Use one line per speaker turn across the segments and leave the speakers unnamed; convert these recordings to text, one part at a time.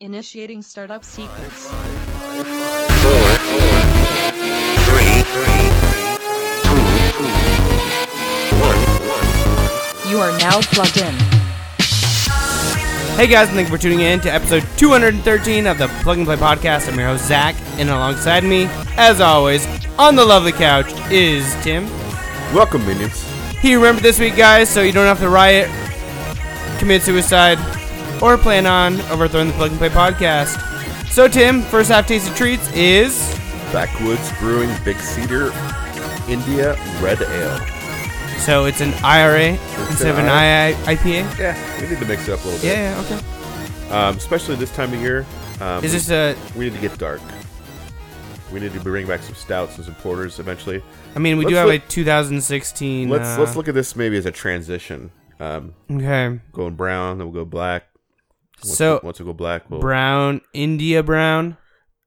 Initiating startup sequence. You are now plugged in.
Hey guys, and thank you for tuning in to episode 213 of the Plug and Play podcast. I'm your host Zach, and alongside me, as always, on the lovely couch is Tim.
Welcome, minions.
He remembered this week, guys, so you don't have to riot, commit suicide, or plan on overthrowing the Plug and Play podcast. So, Tim, first half taste of treats is
Backwoods Brewing Big Cedar India Red Ale.
so it's an IRA instead of an I- IPA.
Yeah, we need to mix it up a little bit.
Yeah, yeah, okay.
Um, especially this time of year. Um,
Is this a?
we need to get dark. We need to bring back some stouts and some porters eventually.
I mean, we do
Let's
have
look-
a 2016.
Let's
uh,
let's look at this maybe as a transition. Um,
Okay,
going brown, then we'll go black. Once
So-
we, once we go black, we'll
brown India brown.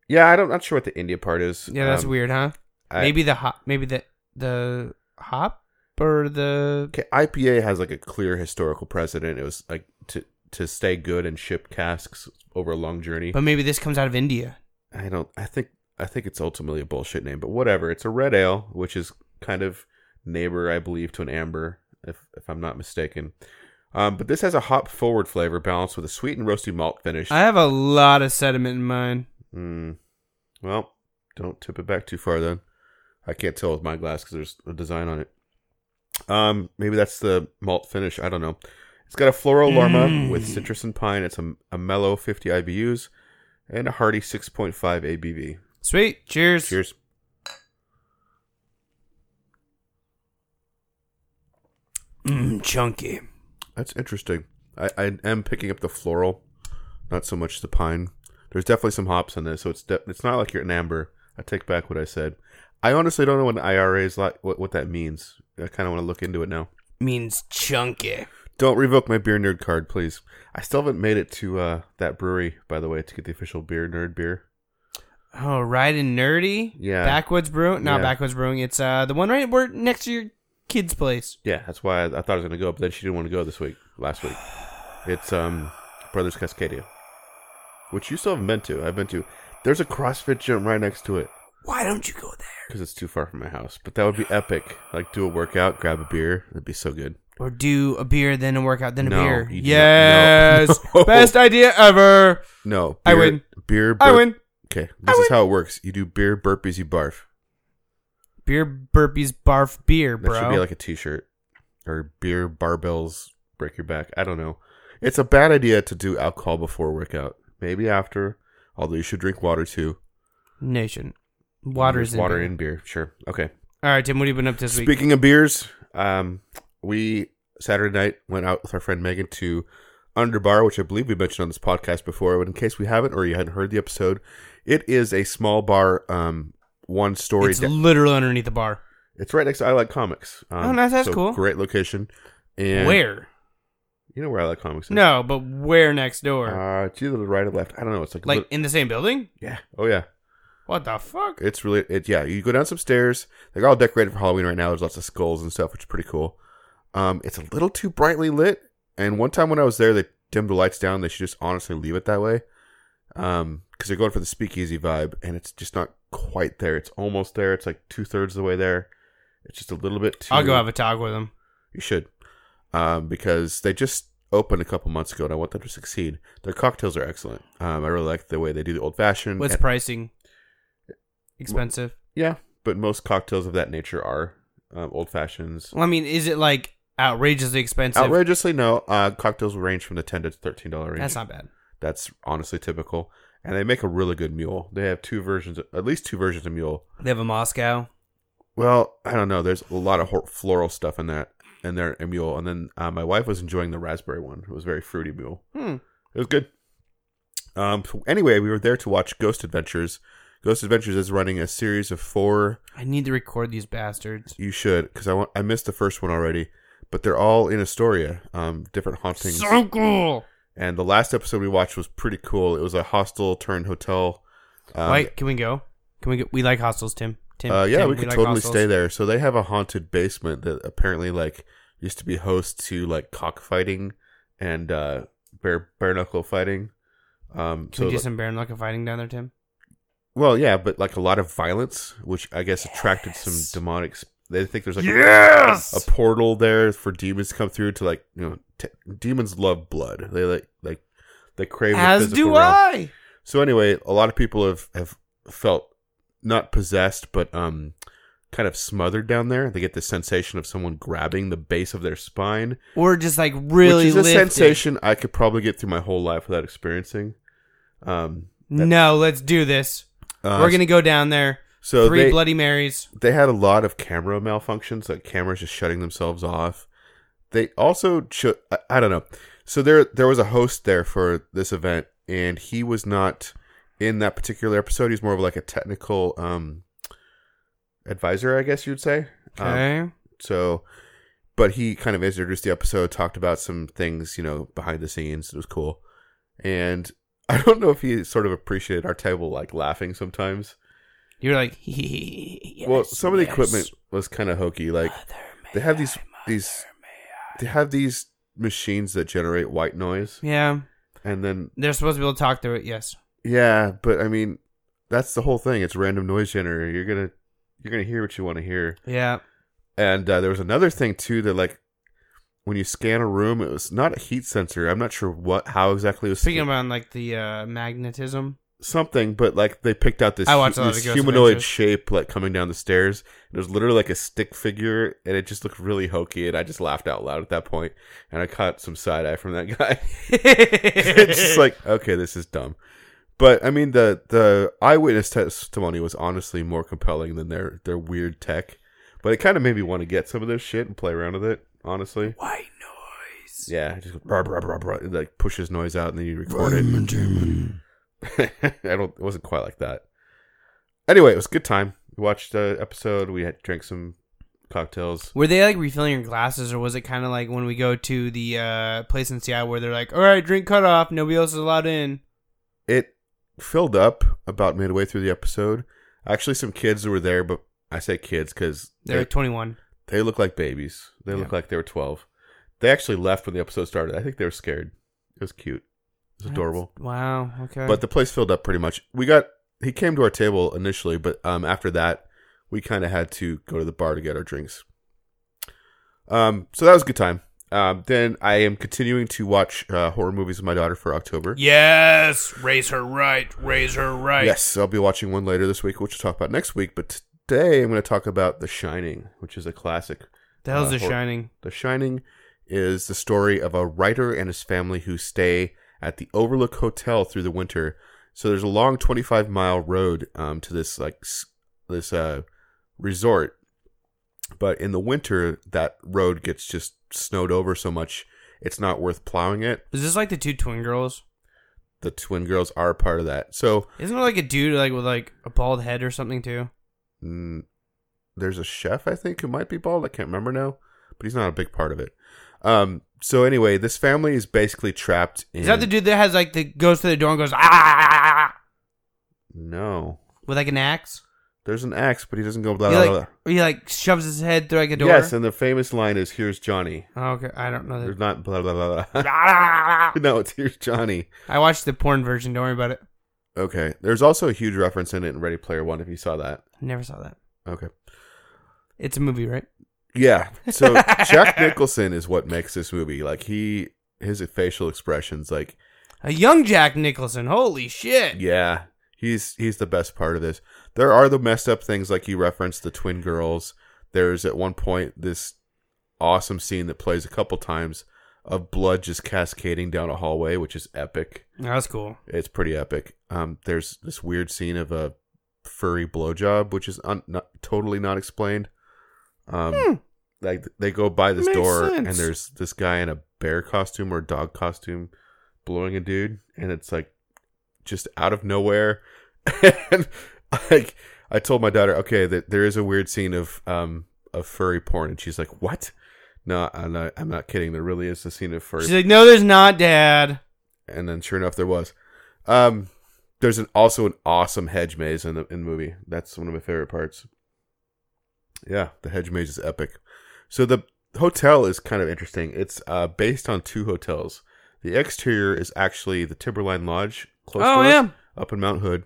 Yeah, I don't. Not sure what the India part is.
Yeah, that's
Um,
weird, huh?
I-
maybe the hop, maybe the the hop or the
Okay, IPA has like a clear historical precedent. It was like to to stay good and ship casks over a long journey.
but maybe this comes out of India.
I don't. I think. I think it's ultimately a bullshit name, but whatever. It's a red ale, which is kind of neighbor, I believe, to an amber, if if I'm not mistaken. Um, but this has a hop forward flavor balanced with a sweet and roasty malt finish.
I have a lot of sediment in mine.
Mm. Well, don't tip it back too far then. I can't tell with my glass because there's a design on it. Um, maybe that's the malt finish. I don't know. It's got a floral aroma with citrus and pine. It's a, a mellow 50 IBUs and a hearty 6.5 ABV.
Sweet, cheers.
Cheers.
Mm, chunky.
That's interesting. I, I am picking up the floral, not so much the pine. There's definitely some hops in this, so it's de- it's not like you're an amber. I take back what I said. I honestly don't know what an IRA is like. What, what that means. I kind of want to look into it now.
Means chunky.
Don't revoke my beer nerd card, please. I still haven't made it to uh, that brewery, by the way, to get the official beer nerd beer.
Oh, right and nerdy.
Yeah.
Backwoods brewing. Not
Yeah.
backwoods brewing. It's uh the one right where next to your kid's place.
Yeah, that's why I, I thought I was gonna go, but then she didn't want to go this week, last week. It's um Brothers Cascadia, which you still haven't been to. I've been to. There's a CrossFit gym right next to it.
Why don't you go there?
because it's too far from my house. But that would be epic. Like do a workout, grab a beer. That'd be so good.
Or do a beer, then a workout, then a
No,
beer.
you do not-
Yes.
no.
Best idea ever.
No,
I
beer-
win.
Beer.
I
burp-
win.
Okay,
I
this is
win.
how it works. You do beer burpees, you barf.
Beer burpees barf beer,
That
bro.
should be like a T-shirt or beer barbells break your back. I don't know. It's a bad idea to do alcohol before workout. Maybe after. Although you should drink water too.
Nation. Water
There's
is in
water
beer.
in beer. Sure. Okay.
All right, Tim, what have you been up to this week?
Speaking of beers, um, we Saturday night went out with our friend Megan to Underbar, which I believe we mentioned on this podcast before. But in case we haven't or you hadn't heard the episode, it is a small bar, um, one story.
It's literally underneath the bar.
it's right next to I Like Comics. Um,
Oh, nice. That's cool.
Great location. And
Where?
you know where I Like Comics? Is?
No, but where next door?
uh, it's either the right or left. I don't know. It's like a
like
lit-
in the same building?
yeah. Oh yeah.
What the fuck?
It's really it. Yeah, you go down some stairs. They're all decorated for Halloween right now. There's lots of skulls and stuff, which is pretty cool. Um, it's a little too brightly lit. And one time when I was there, they dimmed the lights down. They should just honestly leave it that way. Um, because they're going for the speakeasy vibe, and it's just not quite there. It's almost there. It's like two thirds of the way there. It's just a little bit too.
I'll go have a talk with him.
You should, um, because they just opened a couple months ago, and I want them to succeed. Their cocktails are excellent. Um, I really like the way they do the old fashioned.
What's pricing? Expensive.
Yeah, but most cocktails of that nature are um, old fashions.
Well, I mean, is it like outrageously expensive?
Outrageously, no. Uh, cocktails range from the ten to thirteen dollar range.
That's not bad.
That's honestly typical, and they make a really good mule. They have two versions, at least two versions of mule.
They have a Moscow.
Well, I don't know. There's a lot of hor- floral stuff in that in their mule, and then uh, my wife was enjoying the raspberry one. It was very fruity mule.
Hmm.
It was good. Um. Anyway, we were there to watch Ghost Adventures. Ghost Adventures is running a series of four
I need to record these bastards.
You should, because I want. I missed the first one already, but they're all in Astoria, um, different hauntings.
So cool.
and the last episode we watched was pretty cool. It was a hostel turned hotel. Um,
Wait, can we go? Can we go? We like hostels, Tim. Tim.
uh, yeah,
Tim,
we could
like
totally
hostels.
stay there. So they have a haunted basement that apparently like used to be host to like cockfighting and uh, bare bare knuckle fighting. Um,
Can
so
we do
like-
some Baron Luck fighting down there, Tim?
well, yeah, but like a lot of violence, which I guess attracted some demonic. Sp- they think there's like a-
Yes!
a, portal there for demons to come through to like you know t- demons love blood. They like like they crave the
As
physical
do
realm.
I.
So anyway, a lot of people have have felt not possessed, but um, kind of smothered down there. They get the sensation of someone grabbing the base of their spine,
Or just like really
which is a
lifted.
sensation I could probably get through my whole life without experiencing. Um,
No, let's do this.
uh,
We're gonna go down there.
so
Three
they,
Bloody Marys.
they had a lot of camera malfunctions, like cameras just shutting themselves off. They also, cho- I, I don't know. So there, there was a host there for this event, and he was not in that particular episode. He's more of like a technical um, advisor, I guess you'd say. Um,
Okay.
so, but he kind of introduced the episode, talked about some things, you know, behind the scenes. It was cool, and I don't know if he sort of appreciated our table like laughing sometimes.
You're like, yes,
well, some of the
yes. Uh,
equipment was kind of hokey. Like they have these these they have these machines that generate white noise,
Yeah,
and then
they're supposed to be able to talk through it. Yes.
yeah, but I mean that's the whole thing. It's random noise generator. You're gonna you're gonna hear what you want to hear.
Yeah.
And uh, there was another thing too that like when you scan a room, it was not a heat sensor. I'm not sure what how exactly it was
Speaking about like the uh, magnetism.
something, but like they picked out this,
I watched a lot of
this
Ghost
humanoid
Adventures.
shape like coming down the stairs. And it was literally like a stick figure, and it just looked really hokey. And I just laughed out loud at that point, and I caught some side eye from that guy. it's just like, okay, this is dumb. But I mean, the the eyewitness testimony was honestly more compelling than their their weird tech. But it kind of made me want to get some of this shit and play around with it. Honestly,
white noise.
yeah, just brr, brr, brr, brr, it, like pushes noise out and then you record it. I don't. It wasn't quite like that. Anyway, it was a good time. We watched the episode. We had drank some cocktails.
Were they like refilling your glasses, or was it kind of like when we go to the uh, place in Seattle where they're like, "All right, drink cut off, nobody else is allowed in."
It filled up about midway through the episode. Actually, some kids were there, but I say kids because
They're like twenty one.
They look like babies. They look
Yeah.
like they were 12. They actually left when the episode started. I think they were scared. It was cute. It was adorable.
Wow. Okay.
But the place filled up pretty much. We got he came to our table initially, but um after that we kind of had to go to the bar to get our drinks. Um so that was a good time. Um then I am continuing to watch uh, horror movies with my daughter for October.
yes, raise her right, raise her right.
Yes, I'll be watching one later this week, which we'll talk about next week, but today I'm going to talk about The Shining, which is a classic.
The hell's
Uh,
The
hor-
Shining?
The Shining is the story of a writer and his family who stay at the Overlook Hotel through the winter. So there's a long 25 mile road um, to this like s- this uh, resort, but in the winter that road gets just snowed over so much it's not worth plowing it.
Is this like the two twin girls?
The twin girls are part of that. So
Isn't there like a dude like with like a bald head or something too?
mm, there's a chef I think who might be bald. I can't remember now, but he's not a big part of it. Um, so anyway, this family is basically trapped. In,
Is that the dude that has like the goes to the door and goes ah
No.
with like an axe?
There's an axe, but he doesn't go blah
He
blah
like he like shoves his head through like a
blah.
door.
Yes, and the famous line is "Here's Johnny."
Oh, okay, I don't know
There's
that. Ah,
not blah blah blah. blah. no, it's "Here's Johnny."
I watched the porn version. Don't worry about it.
Okay. There's also a huge reference in it in Ready Player One. If you saw that.
Never saw that.
Okay.
It's a movie, right?
Yeah. So Jack Nicholson is what makes this movie. Like he, his facial expressions. Like
A young Jack Nicholson. Holy shit!
yeah, he's he's the best part of this. There are the messed up things like you referenced the twin girls. There's at one point this awesome scene that plays a couple times of blood just cascading down a hallway, which is epic.
That was cool.
It's pretty epic. Um, there's this weird scene of a furry blowjob, which is un- not, totally not explained. Um, like they go by this
Hmm. Makes
door,
sense.
and there's this guy in a bear costume or dog costume blowing a dude, and it's like just out of nowhere. and like I told my daughter, okay, that there is a weird scene of um of furry porn, and she's like, what? No, I'm not. I'm not kidding. There really is a scene of furry
She's like, no, there's not, Dad.
and then sure enough there was um there's an also an awesome hedge maze in the in the movie that's one of my favorite parts yeah the hedge maze is epic so the hotel is kind of interesting it's uh based on two hotels the exterior is actually the timberline lodge close
Oh,
to us,
yeah.
up in Mount Hood.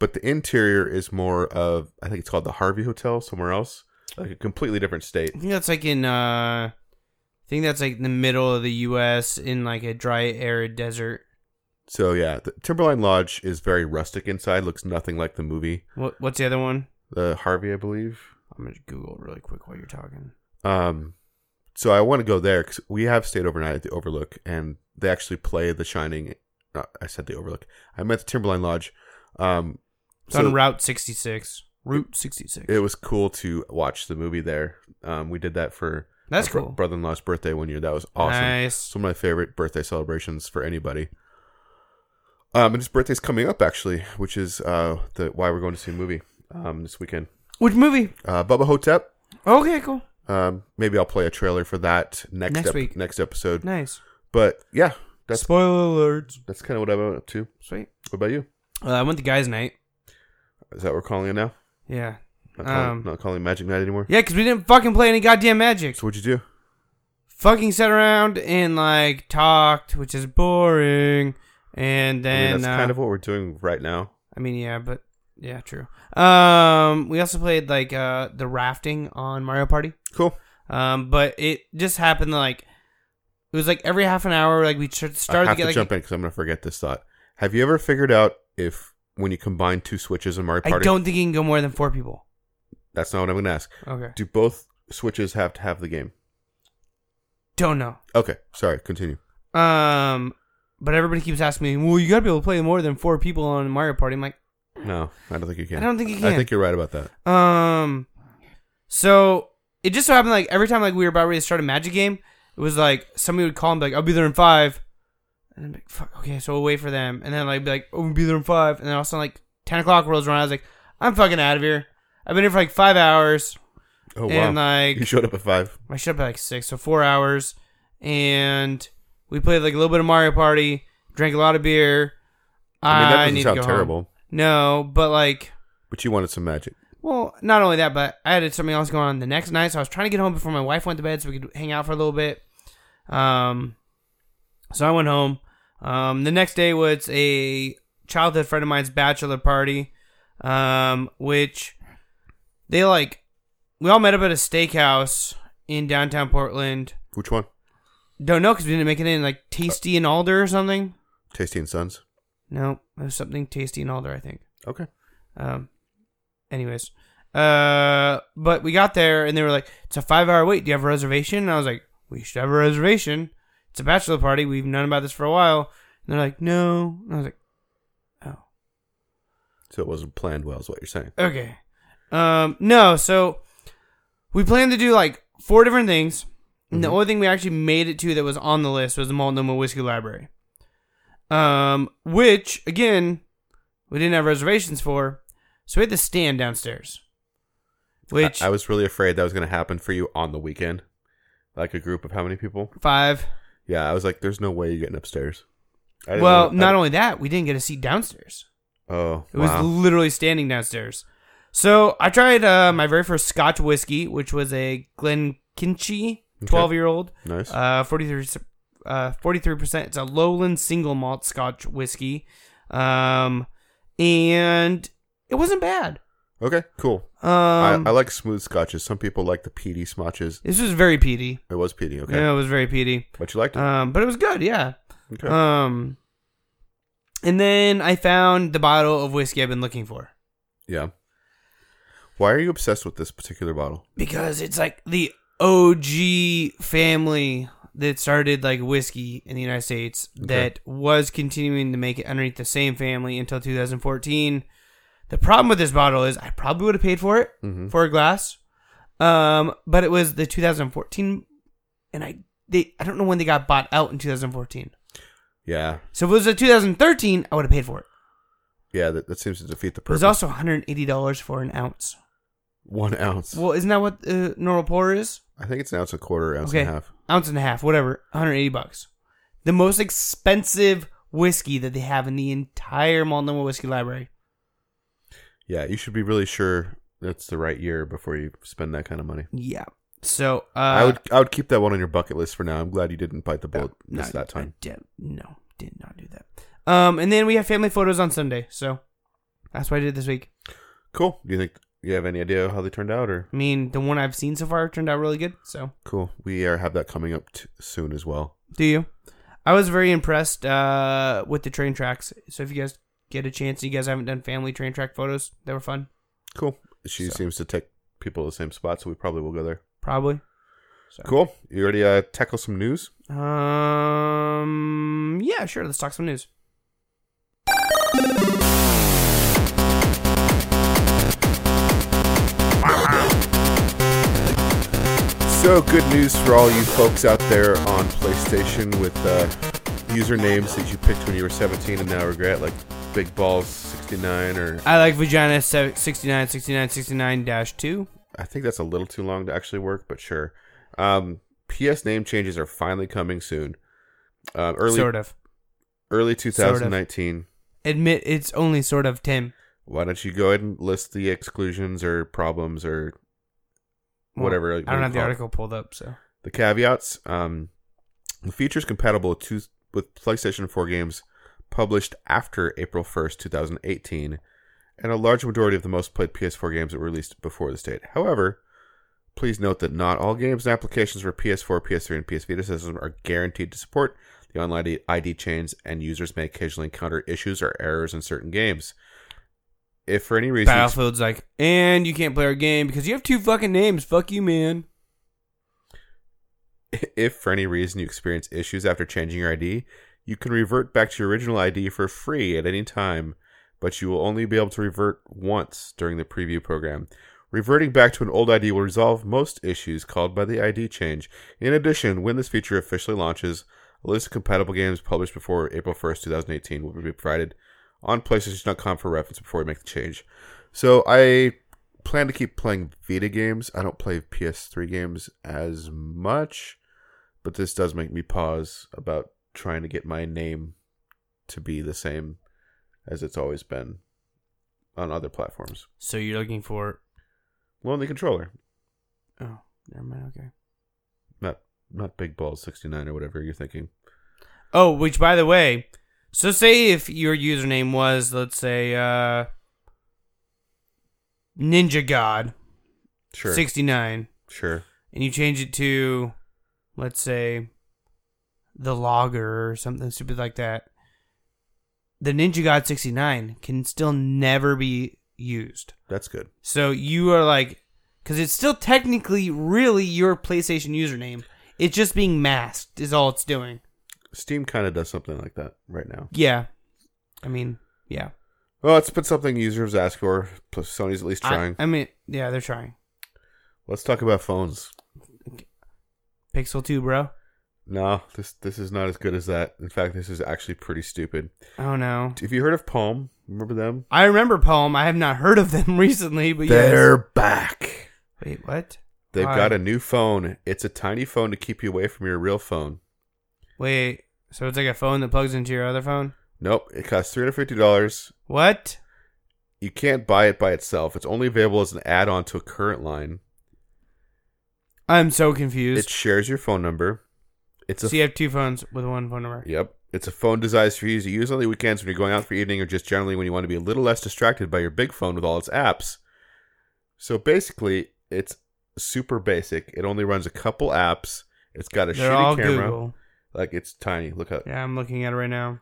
But the interior is more of I think it's called the Harvey Hotel somewhere else, like a completely different state.
I think that's like in uh I think that's like the middle of the US in like a dry arid desert.
So yeah, the Timberline Lodge is very rustic inside. Looks nothing like the movie,
What what's the other one?
the Harvey, I believe.
I'm going to Google really quick while you're talking.
Um, so I want to go there because we have stayed overnight at the Overlook, and they actually play The Shining. Not, I said the Overlook. I meant the Timberline Lodge. Um,
It's on Route 66. Route 66.
it was cool to watch the movie there. Um, we did that for
That's
my bro-
cool.
brother-in-law's birthday one year. That was awesome.
Nice.
It's one of my favorite birthday celebrations for anybody. Um, and his birthday's coming up actually, which is uh the why we're going to see a movie um this weekend.
Which movie?
Uh, Bubba Hotep.
Okay, cool.
Um, maybe I'll play a trailer for that next
Next
ep-
week.
next episode.
Nice.
But yeah, that's
Spoiler alerts.
that's kind of what I've been up to.
Sweet.
What about you?
Uh, I went to guys' night.
Is that what we're calling it now?
Yeah.
Not calling,
Um,
not calling Magic Night anymore.
Yeah, because we didn't fucking play any goddamn magic.
So what'd you do?
Fucking sat around and like talked, which is boring. And
I
then
mean, that's
uh,
kind of what we're doing right now.
I mean, yeah, but yeah, true. Um, we also played like uh the rafting on Mario Party.
Cool.
Um, but it just happened like it was like every half an hour, like we tr- started
I
to
have to,
get like
jump in because I'm going to forget this thought. Have you ever figured out if when you combine two switches in Mario
I
Party?
don't think you can go more than four people.
That's not what I'm going to ask.
Okay,
Do both switches have to have the game?
don't know.
Okay, sorry. Continue.
Um, but everybody keeps asking me, well, you gotta be able to play more than four people on Mario Party. I'm like,
No, I don't think you can.
I don't think you
I
can.
think you're right about that.
Um, so it just so happened like every time like we were about ready to start a magic game, it was like somebody would call and be like, "I'll be there in five. and I'm like, "Fuck, okay." So we'll wait for them, and then like be like, "Oh, we'll be there in five. and then all of a sudden like ten o'clock rolls around, I was like, "I'm fucking out of here. I've been here for like five hours,
Oh wow!
and like
you showed up at five.
I showed up at like six, so four hours, and we played like a little bit of Mario Party, drank a lot of beer.
I mean, that doesn't
need
sound
to go home.
terrible,
No, but like.
but you wanted some magic.
Well, not only that, but I had something else going on the next night, so I was trying to get home before my wife went to bed so we could hang out for a little bit. Um, so I went home. Um, the next day was a childhood friend of mine's bachelor party, um, which they like. We all met up at a steakhouse in downtown Portland.
Which one?
Don't know because we didn't make it in like Tasty and Alder or something.
Tasty and Sons.
No, it was something Tasty and Alder, I think.
Okay.
Um, anyways, uh, but we got there and they were like, "It's a five-hour wait. Do you have a reservation?" And I was like, "We should have a reservation. It's a bachelor party. We've known about this for a while." And they're like, "No." And I was like, "Oh,
So it wasn't planned well, is what you're saying.
okay." Um, no. So we planned to do like four different things. And the
Mhm.
only thing we actually made it to that was on the list was the Multnomah Whiskey Library, um, which again we didn't have reservations for, so we had to stand downstairs. Which
I, I was really afraid that was going to happen for you on the weekend, like a group of how many people?
five.
Yeah, I was like, "There's no way you're getting upstairs." I didn't
Well,
know- I-
not only that, we didn't get a seat downstairs.
Oh,
It was
wow.
literally standing downstairs. So I tried uh, my very first Scotch whiskey, which was a Glenkinchie,
Okay.
twelve year old,
nice.
uh, 43 percent. It's a Lowland single malt Scotch whiskey, um, and it wasn't bad.
okay, cool.
Um,
I, I like smooth scotches. Some people like the peaty smotches.
this was very peaty.
It was peaty, okay.
Yeah, it was very peaty.
But you liked it.
Um, but it was good. Yeah.
okay.
Um, and then I found the bottle of whiskey I've been looking for.
yeah. Why are you obsessed with this particular bottle?
because it's like the OG family that started like whiskey in the United States
Okay.
that was continuing to make it underneath the same family until 2014. The problem with this bottle is I probably would have paid for it
Mhm.
for a glass, um, but it was the 2014, and I they I don't know when they got bought out in 2014.
Yeah.
So if it was a 2013, I would have paid for it.
Yeah, that, that seems to defeat the
It was
purpose.
also 180 dollars for an ounce.
One ounce.
Well, isn't that what uh, normal pour is?
I think it's an ounce and a quarter, ounce and a half.
ounce and a half, whatever, 180 bucks. The most expensive whiskey that they have in the entire Multnomah Whiskey Library.
Yeah, you should be really sure that's the right year before you spend that kind of money.
Yeah. So uh,
I would I would keep that one on your bucket list for now. I'm glad you didn't bite the bullet this that time.
I did, no, did not do that. Um, and then we have family photos on Sunday, so that's what I did this week.
Cool. Do you think you have any idea how they turned out, or
I mean, the one I've seen so far turned out really good. So
cool? We are, have that coming up t- soon as well.
do you? I was very impressed uh, with the train tracks. So if you guys get a chance, you guys haven't done family train track photos, they were fun,
Cool. She
So-
seems to take people to the same spot, so we probably will go there.
probably. So.
Cool. You ready to uh, tackle some news?
Um, yeah, sure. Let's talk some news.
So good news for all you folks out there on PlayStation with uh, usernames that you picked when you were 17 and now regret, like Big Balls 69 or
I like vagina se- 69, 69, 69 dash two.
I think that's a little too long to actually work, but sure. Um, PS name changes are finally coming soon. Um, early
Sort of.
early 2019.
Admit it's only sort of Tim.
Why don't you go ahead and list the exclusions or problems or
Well,
Whatever, like,
I don't
we
have the
call it.
article pulled up, so
the caveats. Um, the features compatible with, two, with PlayStation 4 games published after April 1st, 2018, and a large majority of the most played PS4 games that were released before this date. However, please note that not all games and applications for PS4, PS3, and PS Vita systems are guaranteed to support the online ID chains, and users may occasionally encounter issues or errors in certain games. If for any reason,
Battlefield's like, and you can't play our game because you have two fucking names. Fuck you, man.
If for any reason you experience issues after changing your ID, you can revert back to your original ID for free at any time, but you will only be able to revert once during the preview program. Reverting back to an old ID will resolve most issues caused by the ID change. In addition, when this feature officially launches, a list of compatible games published before April 1st, 2018 will be provided on PlayStation.com for reference before we make the change. So I plan to keep playing Vita games. I don't play PS3 games as much, but this does make me pause about trying to get my name to be the same as it's always been on other platforms.
So you're looking for?
Well, on the controller,
Oh, never mind. Okay.
not not Big Balls 69 or whatever you're thinking.
Oh, which by the way, so say if your username was, let's say, uh, Ninja God
Sure.
sixty nine,
sure.
and you change it to, let's say, the Logger or something stupid like that. The Ninja God sixty nine can still never be used.
That's good.
So you are like, because it's still technically really your PlayStation username. It's just being masked is all it's doing.
Steam kind of does something like that right now.
Yeah, I mean, yeah.
Well, it's been something users ask for. Plus, Sony's at least
I-
trying.
I, mean, yeah, they're trying.
Let's talk about phones.
Pixel two, bro.
No, this this is not as good as that. In fact, this is actually pretty stupid.
Oh no.
Have you heard of Palm? Remember them?
I remember Palm. I have not heard of them recently, but
They're
yes.
back.
Wait, what?
They've
Why?
got a new phone. It's a tiny phone to keep you away from your real phone.
Wait. So it's like a phone that plugs into your other phone.
Nope, it costs three hundred fifty dollars.
What?
You can't buy it by itself. It's only available as an add-on to a current line.
I'm so
It
confused.
shares your phone number. It's a
so you have two phones with one phone number.
Yep. It's a phone designed for you to use on the weekends when you're going out for evening or just generally when you want to be a little less distracted by your big phone with all its apps. So basically, it's super basic. It only runs a couple apps. It's got a
They're
shitty
all
camera.
Google.
Like it's tiny. Look up.
Yeah, I'm looking at it right now.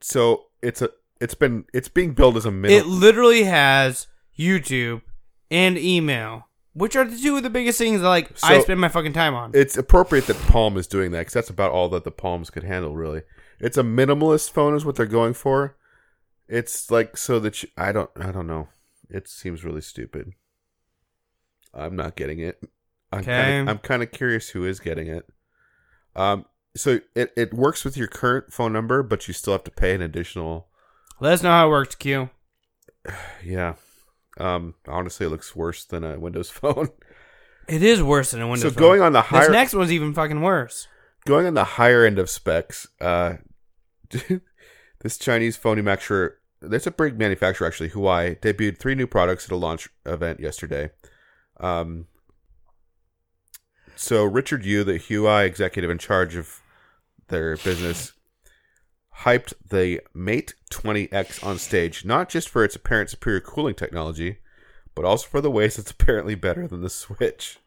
So it's a it's been it's being billed as a middle
It literally has YouTube and email, which are the two of the biggest things that like I
So-
spend my fucking time on.
It's appropriate that Palm is doing that because that's about all that the Palms could handle, really. It's a minimalist phone, is what they're going for. It's like so that you, I don't, I don't know. It seems really stupid. I'm not getting it. I'm
Okay.
Kinda, I'm kind of curious who is getting it. Um, so it it works with your current phone number, but you still have to pay an additional.
Let us know how it works, Q.
Yeah. Um, honestly, it looks worse than a Windows phone.
It is worse than a Windows.
so going
phone.
on the
this
higher
next one's even fucking worse.
going on the higher end of specs, uh, this Chinese phone manufacturer, there's a big manufacturer actually, Huawei, debuted three new products at a launch event yesterday. Um, so Richard Yu, the Huawei executive in charge of their business, hyped the Mate 20X on stage, not just for its apparent superior cooling technology, but also for the ways it's apparently better than the Switch.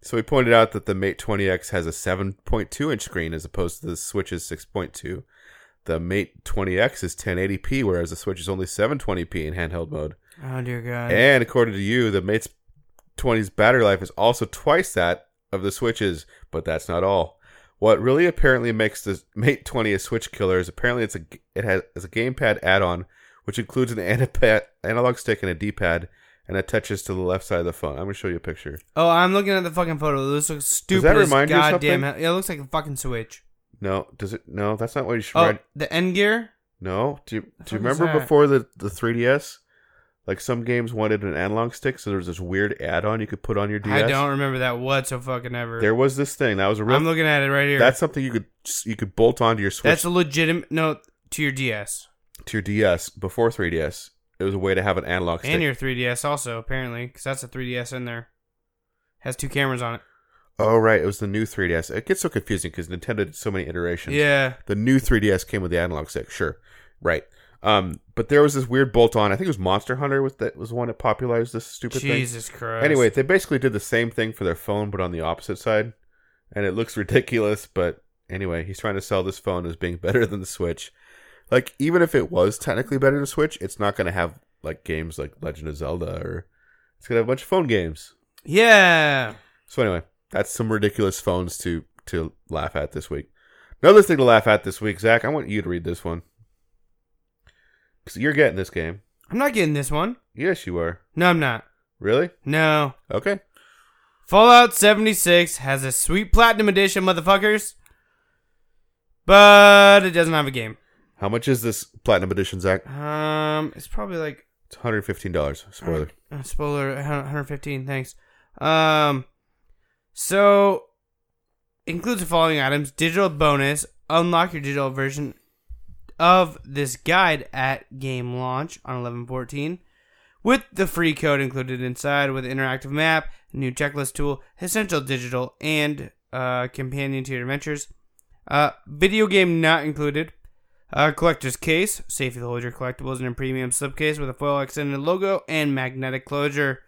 So he pointed out that the Mate 20X has a 7.2 inch screen as opposed to the Switch's 6.2. The Mate 20X is 1080p, whereas the Switch is only 720p in handheld mode.
Oh dear God.
And according to you, the Mate's 20's battery life is also twice that of the Switch's, but that's not all. What really apparently makes the Mate 20 a Switch killer is apparently it's a it has is a gamepad add-on, which includes an anapa- analog stick and a D-pad, and attaches to the left side of the phone. I'm gonna show you a picture.
oh, I'm looking at the fucking photo. This looks stupid.
that
as
remind you of
goddamn
something?
hell. Yeah, it looks like a fucking switch.
No, does it? No, that's not what you should.
Oh,
write.
the end gear.
No, do you do you
fuck is
remember
that?
before the the 3DS? Like some games wanted an analog stick, so there was this weird add-on you could put on your DS.
I don't remember that whatsoever. fucking ever.
There was this thing that was a real
I'm looking at it right here.
That's something you could you could bolt onto your Switch
That's a legitimate no to your DS
to your DS before 3DS. It was a way to have an analog stick.
and your 3DS also apparently because that's a 3DS in there. Has two cameras on it.
oh right, it was the new 3DS. It gets so confusing because Nintendo did so many iterations.
Yeah.
The new 3DS came with the analog stick. Sure, right. Um, but there was this weird bolt on. I think it was Monster Hunter with that was the one that popularized this stupid thing.
Jesus Christ.
Anyway, they basically did the same thing for their phone, but on the opposite side, and it looks ridiculous. But anyway, he's trying to sell this phone as being better than the Switch. Like, even if it was technically better than Switch, it's not going to have like games like Legend of Zelda, or it's going to have a bunch of phone games.
Yeah.
So anyway, that's some ridiculous phones to to laugh at this week. Another thing to laugh at this week, Zach. I want you to read this one because you're getting this game.
I'm not getting this one.
Yes, you are.
No, I'm not.
Really?
No.
Okay.
Fallout 76 has a sweet platinum edition, motherfuckers. But it doesn't have a game.
How much is this Platinum Edition, Zach?
Um, it's probably like
It's one hundred fifteen dollars. Spoiler.
uh, spoiler 115. Thanks. Um, so includes the following items: digital bonus, unlock your digital version of this guide at game launch on 1114 with the free code included inside with interactive map new checklist tool essential digital and uh, companion to your adventures uh, video game not included uh, collector's case safely hold your collectibles in a premium slipcase with a foil extended logo and magnetic closure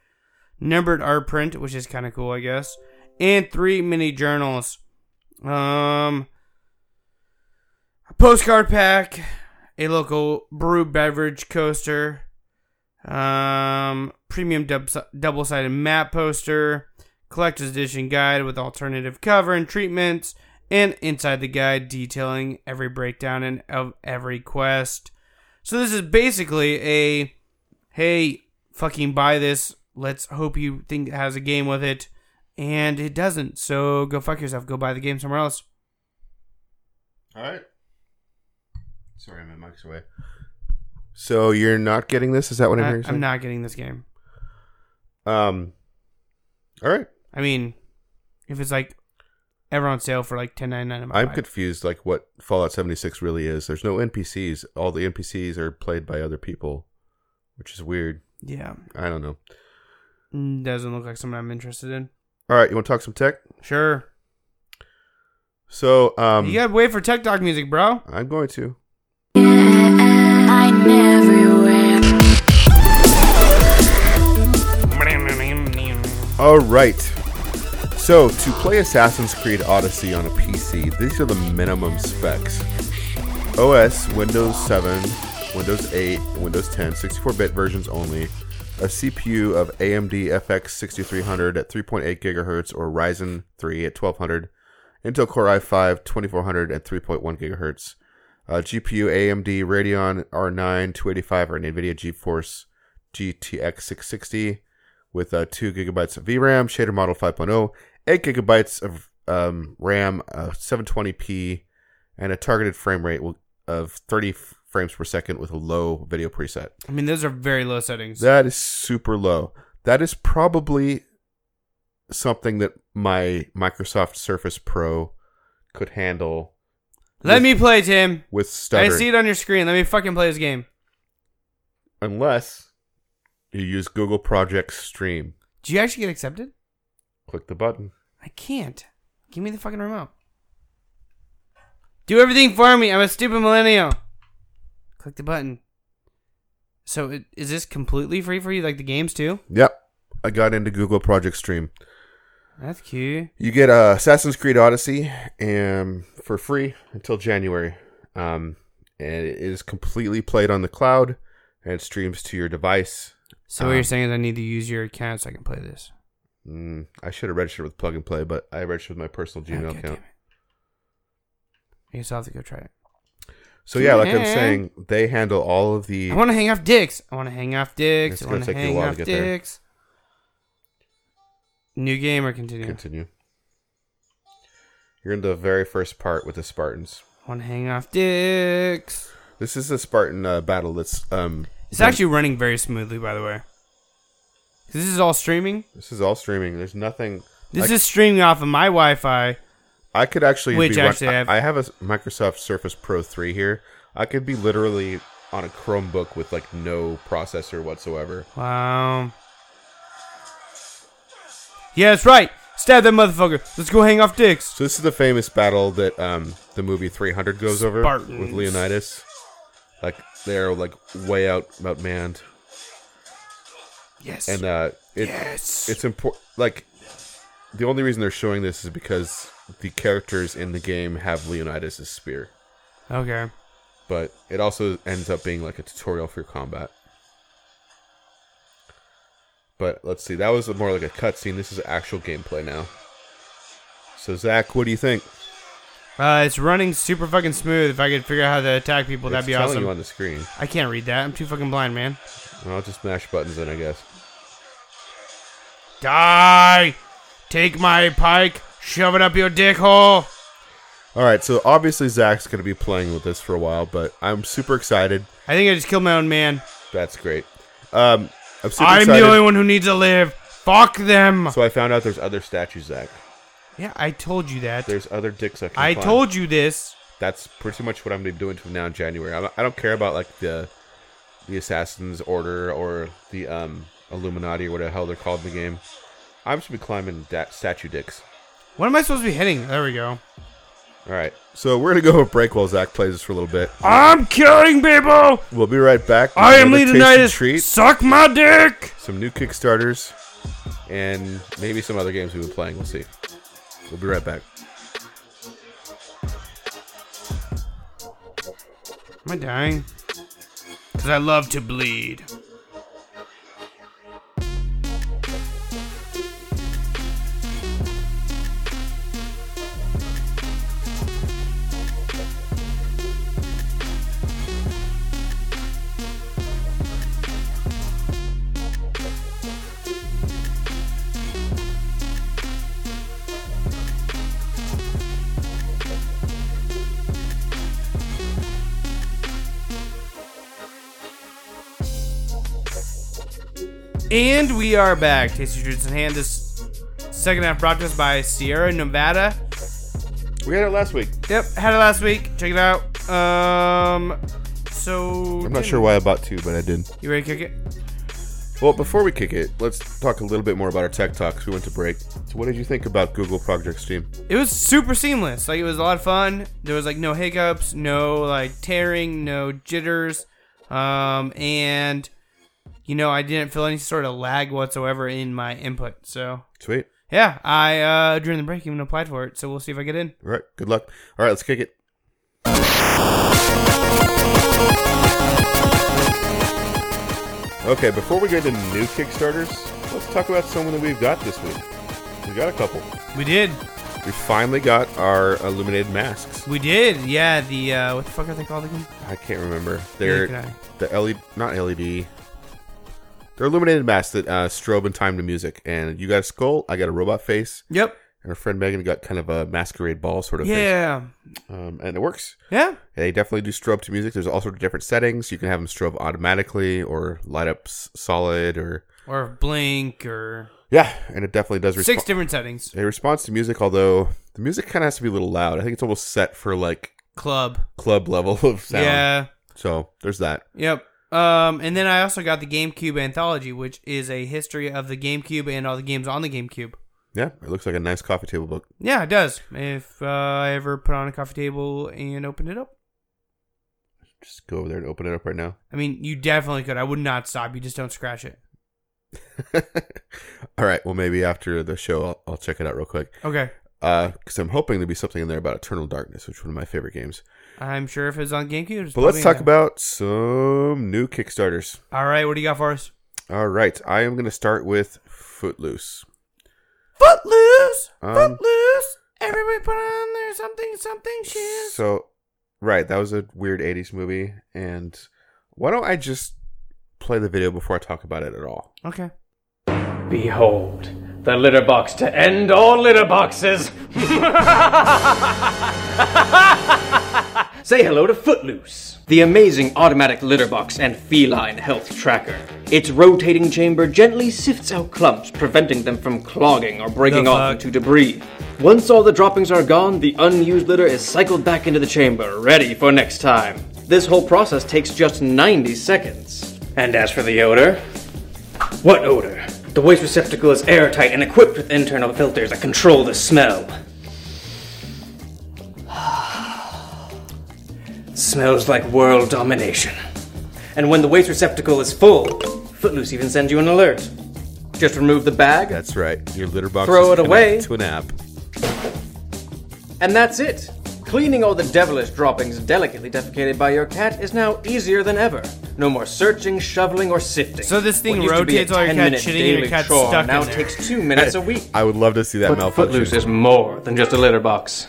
numbered art print which is kind of cool i guess and three mini journals um a postcard pack a local brew beverage coaster um, premium dub- double sided map poster, collector's edition guide with alternative cover and treatments, and inside the guide detailing every breakdown and of every quest. So this is basically a hey, fucking buy this. Let's hope you think it has a game with it. And it doesn't, so go fuck yourself. Go buy the game somewhere else.
All right. Sorry, my mic's away. So you're not getting this? Is that what I'm
I,
hearing?
I'm not getting this game.
Um. All right.
I mean, if it's like ever on sale for like ten ninety nine,
I'm confused. Like what Fallout 76 really is. There's no NPCs. All the NPCs are played by other people, which is weird.
Yeah.
I don't know.
Mm, Doesn't look like something I'm interested in.
All right. You want to talk some tech?
Sure.
So um,
you gotta wait for Tech Talk music, bro.
I'm going to.
I'm everywhere.
All right. So, to play Assassin's Creed Odyssey on a PC, these are the minimum specs. OS, Windows 7, Windows 8, Windows 10, 64-bit versions only. A CPU of AMD FX 6300 at 3.8 GHz or Ryzen 3 at 1200. Intel Core i5 2400 at 3.1 GHz. Uh, GPU AMD Radeon R9 285 or an NVIDIA GeForce GTX 660 with uh, 2 gigabytes of VRAM, shader model 5.0, 8 gigabytes of um, RAM, uh, 720p, and a targeted frame rate will- of 30 f- frames per second with a low video preset.
I mean, those are very low settings.
That is super low. That is probably something that my Microsoft Surface Pro could handle
Let me play, Tim.
with stutter.
I see it on your screen. Let me fucking play this game.
Unless you use Google Project Stream.
Do you actually get accepted?
Click the button.
I can't. Give me the fucking remote. Do everything for me. I'm a stupid millennial. Click the button. So it, is this completely free for you, like the games too?
Yep. I got into Google Project Stream.
That's cute.
You get uh, Assassin's Creed Odyssey um, for free until January. Um, and it is completely played on the cloud and it streams to your device.
So what you're
Um,
saying is I need to use your account so I can play this.
Mm, I should have registered with Plug and Play, but I registered with my personal Gmail
Okay,
account.
damn it. I guess I'll have to go try it.
So, yeah, like I'm
Yeah.
saying, they handle all of the.
I want to hang off dicks. I want to hang off dicks.
It's
I
gonna
want to
take you a
hang
while to
off
get there.
dicks. New game or continue?
Continue. You're in the very first part with the Spartans.
I want to hang off dicks.
This is the Spartan uh, battle that's. Um,
It's actually running very smoothly, by the way. 'Cause This is all streaming.
This is all streaming. There's nothing.
This
I,
is streaming off of my Wi-Fi.
I could actually.
Which
be run-
actually I have-
I, I have a Microsoft Surface Pro 3 here. I could be literally on a Chromebook with like no processor whatsoever.
Wow. Yeah, that's right. Stab that motherfucker. Let's go hang off dicks.
So this is the famous battle that um, the movie 300 goes over
Spartans.
with Leonidas. Like they're like way out outmanned,
Yes.
and uh, it,
yes.
it's important. Like the only reason they're showing this is because the characters in the game have Leonidas' spear.
okay.
but it also ends up being like a tutorial for your combat. But let's see, that was more like a cutscene. This is actual gameplay now. So Zach, what do you think?
Uh, it's running super fucking smooth. If I could figure out how to attack people, that'd
It's
be
telling
awesome.
you on the screen.
I can't read that. I'm too fucking blind, man.
I'll just mash buttons then, I guess.
Die! Take my pike, shove it up your dick hole.
All right, so obviously Zach's going to be playing with this for a while, but I'm super excited.
I think I just killed my own man.
That's great. Um, I'm super
I'm
excited.
the only one who needs to live. Fuck them.
so I found out there's other statues, Zach.
yeah, I told you that.
There's other dicks I can
I
climb.
told you this.
that's pretty much what I'm gonna be doing from now in January. I don't, I don't care about like the the Assassin's Order or the um Illuminati or whatever the hell they're called in the game. I'm just gonna be climbing that statue dicks.
What am I supposed to be hitting? There we go.
All right, so we're gonna go a break while Zach plays this for a little bit.
I'm killing people.
We'll be right back.
I am
Another tasty
Leonidas.
Treat
Suck my dick.
some new Kickstarters and maybe some other games we've been playing. We'll see. We'll be right back.
Am I dying? Because I love to bleed. And we are back. Tasty Treats in hand. This second half brought to us by Sierra Nevada.
We had it last week.
Yep, had it last week. Check it out. Um, so
I'm not sure why I bought two, but I did.
You ready to kick it?
Well, before we kick it, let's talk a little bit more about our tech talks. We went to break. So, what did you think about Google Project Stream?
It was super seamless. Like it was a lot of fun. There was like no hiccups, no like tearing, no jitters, um, and you know I didn't feel any sort of lag whatsoever in my input. So
Sweet.
yeah, I uh during the break even applied for it. So we'll see if I get in.
All right. Good luck. All right. Let's kick it. Okay. Before we get into new Kickstarters, let's talk about someone that we've got this week. We got a couple.
We did.
We finally got our illuminated masks.
We did. Yeah. The uh, what the fuck are they called again?
I can't remember. They're
Neither can I.
the LED, not LED. They're illuminated masks that uh, strobe in time to music. And you got a skull. I got a robot face.
Yep.
And our friend Megan got kind of a masquerade ball sort of face.
Yeah.
Um, and it works.
Yeah.
They definitely do strobe to music. There's all sorts of different settings. You can have them strobe automatically or light up s- solid or
Or blink or
yeah, and it definitely does
six
respond.
different settings.
It responds to music, although the music kind of has to be a little loud. I think it's almost set for like
Club.
club level of sound.
Yeah.
So there's that.
Yep. Um, and then I also got the GameCube anthology, which is a history of the GameCube and all the games on the GameCube.
Yeah, it looks like a nice coffee table book.
Yeah, it does. If uh, I ever put on a coffee table and opened it up,
Just go over there and open it up right now.
I mean, you definitely could. I would not stop. You just don't scratch it.
All right. Well, maybe after the show, I'll, I'll check it out real quick.
Okay.
Because I'm hoping there'll be something in there about Eternal Darkness, which is one of my favorite games.
I'm sure if it's on GameCube. it's
But let's
probably
talk
in there.
about some new Kickstarters.
All right, what do you got for us?
All right. I am going to start with Footloose.
Footloose,
Um,
Footloose. Everybody put on there something, something. Shoes.
So, right. That was a weird 80s movie. And why don't I just play the video before I talk about it at all?
Okay.
Behold, the litter box to end all litter boxes. Say hello to Footloose, the amazing automatic litter box and feline health tracker. Its rotating chamber gently sifts out clumps, preventing them from clogging or breaking
The
off
fuck?
into debris. Once all the droppings are gone, the unused litter is cycled back into the chamber, ready for next time. This whole process takes just 90 seconds. And as for the odor, what odor? The waste receptacle is airtight and equipped with internal filters that control the smell. Smells like world domination. And when the waste receptacle is full, Footloose even sends you an alert. Just remove the bag,
That's right. Your litter box.
Throw
is
it away.
connected To an app.
and that's it. Cleaning all the devilish droppings delicately defecated by your cat is now easier than ever. No more searching, shoveling, or sifting.
So this thing
What used to be a
rotates while your cat
10-minute
shitting and your
daily
cat's
chore
stuck in
now
there.
takes two minutes a week.
I would love to see that
But
malfunction.
Footloose is more than just a litter box.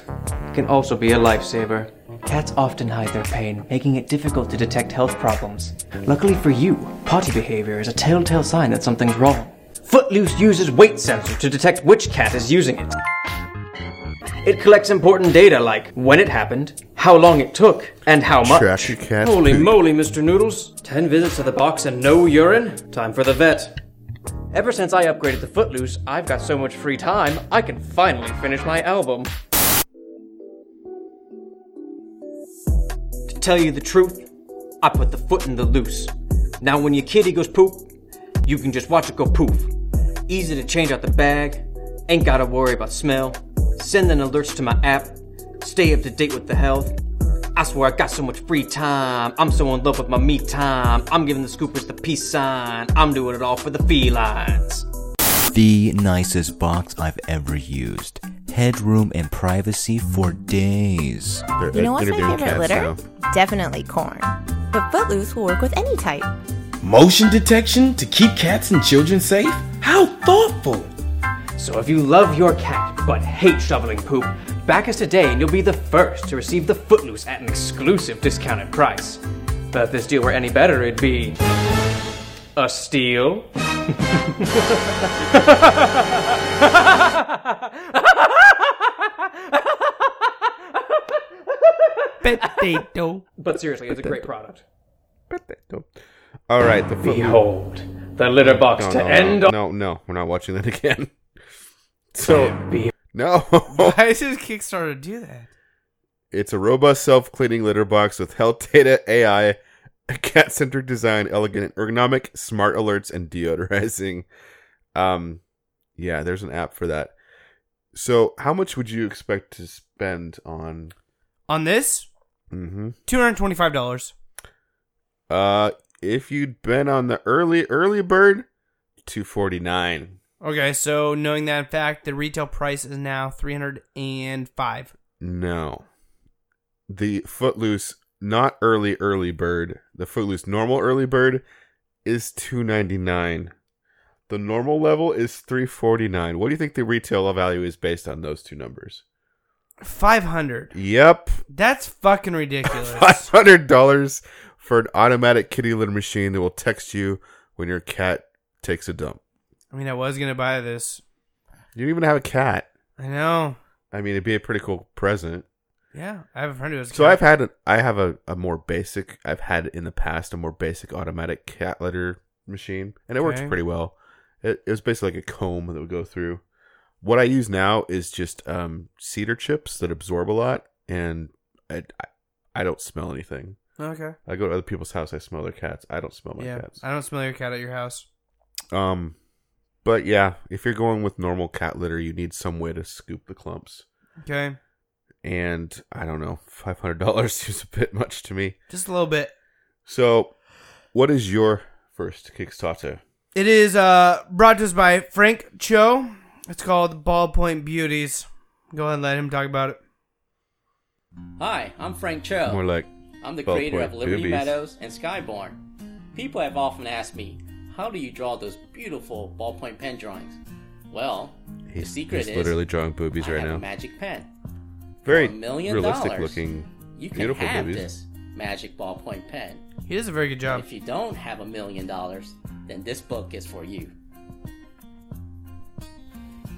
It can also be a lifesaver. Cats often hide their pain, making it difficult to detect health problems. Luckily for you, potty behavior is a telltale sign that something's wrong. Footloose uses weight sensor to detect which cat is using it. It collects important data like when it happened, how long it took, and how much.
Track your cat's
Holy
poop.
moly, Mr. Noodles. Ten visits to the box and no urine? Time for the vet. Ever since I upgraded to Footloose, I've got so much free time, I can finally finish my album. To tell you the truth, I put the foot in the loose. Now, when your kitty goes poop, you can just watch it go poof. Easy to change out the bag, ain't gotta worry about smell. Sending alerts to my app, stay up to date with the health. I swear I got so much free time. I'm so in love with my me time. I'm giving the scoopers the peace sign. I'm doing it all for the felines.
The nicest box I've ever used. Headroom and privacy for days.
They're
You know what's my
interviewing
favorite
cats
litter?
now.
Definitely corn. But Footloose will work with any type.
Motion detection to keep cats and children safe? How thoughtful!
So if you love your cat but hate shoveling poop, back us today and you'll be the first to receive the Footloose at an exclusive discounted price. But if this deal were any better, it'd be a steal.
Potato.
But seriously, it's a great product.
All right, the Footloose.
Behold, the litter box
Oh, No,
to
no,
end
no,
all.
no, no, we're not watching that again. So
Be-
no,
Why does Kickstarter do that?
it's a robust self-cleaning litter box with health data, AI, cat-centric design, elegant and ergonomic, smart alerts, and deodorizing. Um, yeah, there's an app for that. So, how much would you expect to spend on?
On this,
hmm
two hundred twenty-five dollars.
Uh, if you'd been on the early early bird, two forty nine.
Okay, so knowing that in fact, the retail price is now three hundred and five.
No. The Footloose not early early bird, the Footloose normal early bird is 299. The normal level is 349. What do you think the retail value is based on those two numbers?
Five hundred.
Yep.
That's fucking ridiculous.
$500 for an automatic kitty litter machine that will text you when your cat takes a dump.
I mean, I was gonna buy this.
You don't even have a cat.
I know.
I mean, it'd be a pretty cool present.
Yeah, I have a friend who has. a
So
cat.
I've had an, I have a, a more basic I've had in the past a more basic automatic cat litter machine and it works
Okay.
pretty well. It, it was basically like a comb that would go through. What I use now is just um, cedar chips that absorb a lot and I, I, I don't smell anything.
Okay.
I go to other people's house I smell their cats. I don't smell Oh my
yeah,
cats.
I don't smell your cat at your house.
Um But yeah, if you're going with normal cat litter, you need some way to scoop the clumps.
Okay.
And I don't know, five hundred dollars seems a bit much to me.
Just a little bit.
So, what is your first Kickstarter?
It is uh, brought to us by Frank Cho. It's called Ballpoint Beauties. Go ahead and let him talk about it.
Hi, I'm Frank Cho.
More like
I'm the
Ballpoint
creator of Liberty
Boobies.
Meadows and Skyborn. People have often asked me, how do you draw those beautiful ballpoint pen drawings? Well, the
he's,
secret
he's
is
literally drawing boobies
I
right
have
now.
a magic pen.
Very
a million
realistic
dollars.
looking.
You can
Beautiful
have
boobies.
this magic ballpoint pen.
He does a very good
And
job.
if you don't have a million dollars, then this book is for you.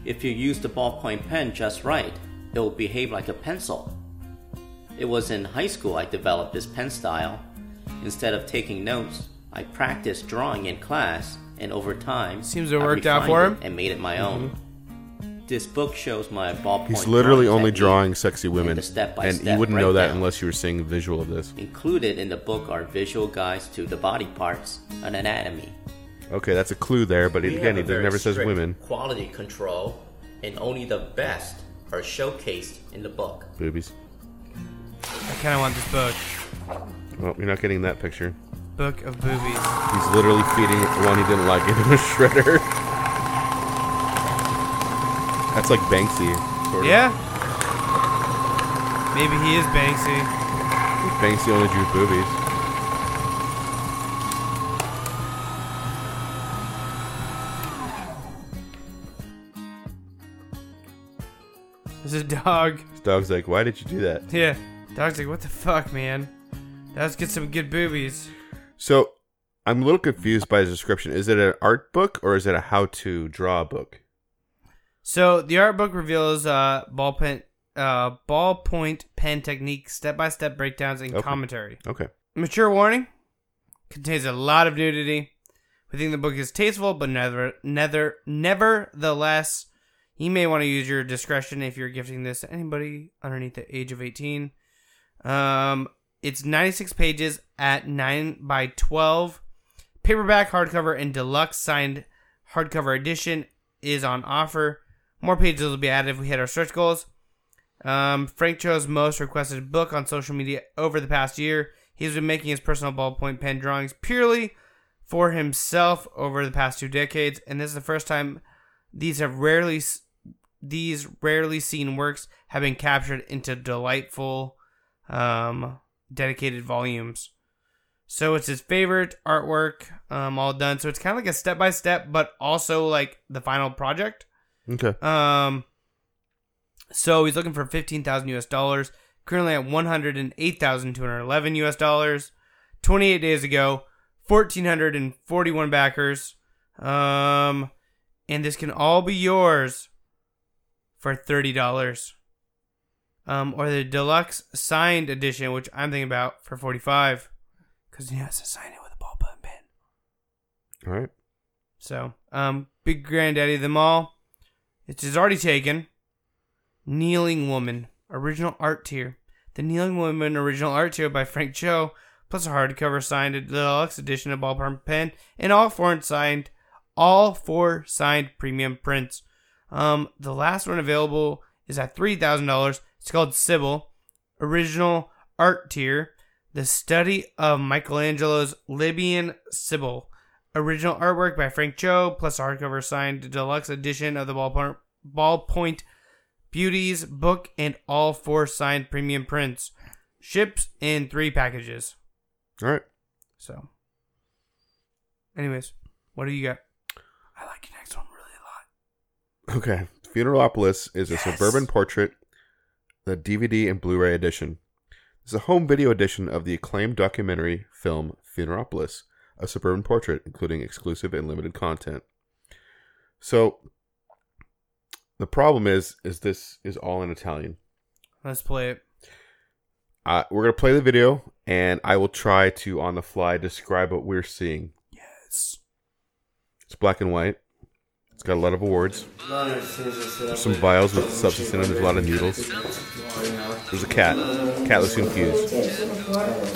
If you use the ballpoint pen just right, it will behave like a pencil. It was in high school I developed this pen style. Instead of taking notes, I practiced drawing in class, and over time,
Seems to have
I
worked out
refined
for
it
him. Mm-hmm.
and made it my own. This book shows my ballpoint.
He's literally
drawing
only
technique.
drawing sexy women,
the step-by-step
and you wouldn't know that
breakdown.
unless you were seeing a visual of this.
Included in the book are visual guides to the body parts and anatomy.
Okay, that's a clue there, but
We
again,
have a
he
very
never says
strict
women.
Quality control, and only the best are showcased in the book.
Boobies.
I kind of want this book.
Well, you're not getting that picture.
Book of Boobies.
He's literally feeding one he didn't like into a shredder. That's like Banksy. Sort of.
Yeah. Maybe he is Banksy.
Banksy only drew boobies.
This is dog.
His dog's like, why did you do that?
Yeah. Dog's like, what the fuck, man? Let's get some good boobies.
So, I'm a little confused by his description. Is it an art book or is it a how to draw book?
So the art book reveals uh, ballpoint uh, ballpoint pen technique, step by step breakdowns, and
Okay.
commentary.
Okay.
Mature warning. Contains a lot of nudity. We think the book is tasteful, but never, never, nevertheless, you may want to use your discretion if you're gifting this to anybody underneath the age of 18. Um, it's 96 pages at 9 by 12. Paperback, hardcover, and deluxe signed hardcover edition is on offer. More pages will be added if we hit our search goals. Um, Frank Cho's most requested book on social media over the past year. He's been making his personal ballpoint pen drawings purely for himself over the past two decades, and this is the first time these have rarely s- these rarely seen works have been captured into delightful, um, dedicated volumes. So it's his favorite artwork, um, all done. So it's kind of like a step by step, but also like the final project.
Okay.
Um, so he's looking for fifteen thousand U.S. dollars. Currently at one hundred and eight thousand two hundred eleven U.S. dollars. Twenty-eight days ago, fourteen hundred and forty-one backers. Um, and this can all be yours for thirty dollars. Um, or the deluxe signed edition, which I'm thinking about for forty-five, because he has to sign it with a ball pen pen.
All right.
So, um, Big Granddaddy of them all. It is already taken. Kneeling Woman, original art tier. The Kneeling Woman original art tier by Frank Cho, plus a hardcover signed deluxe edition of Ballpark Pen, and all four signed, all four signed premium prints. Um, the last one available is at three thousand dollars. It's called Sybil, original art tier. The study of Michelangelo's Libyan Sybil. Original artwork by Frank Cho, plus a hardcover signed deluxe edition of the ballpoint, ballpoint Beauties book and all four signed premium prints. Ships in three packages.
All right.
So, anyways, what do you got? I like your next one really a lot.
Okay. Funeralopolis is
Yes.
a suburban portrait, the DVD and Blu ray edition. It's a home video edition of the acclaimed documentary film Funeralopolis, a suburban portrait, including exclusive and limited content. So the problem is is this is all in Italian.
Let's play it.
Uh, we're gonna play the video and I will try to on the fly describe what we're seeing.
Yes.
It's black and white. It's got a lot of awards. There's some vials with substance in them. There's a lot of needles. There's a cat. Cat looks confused.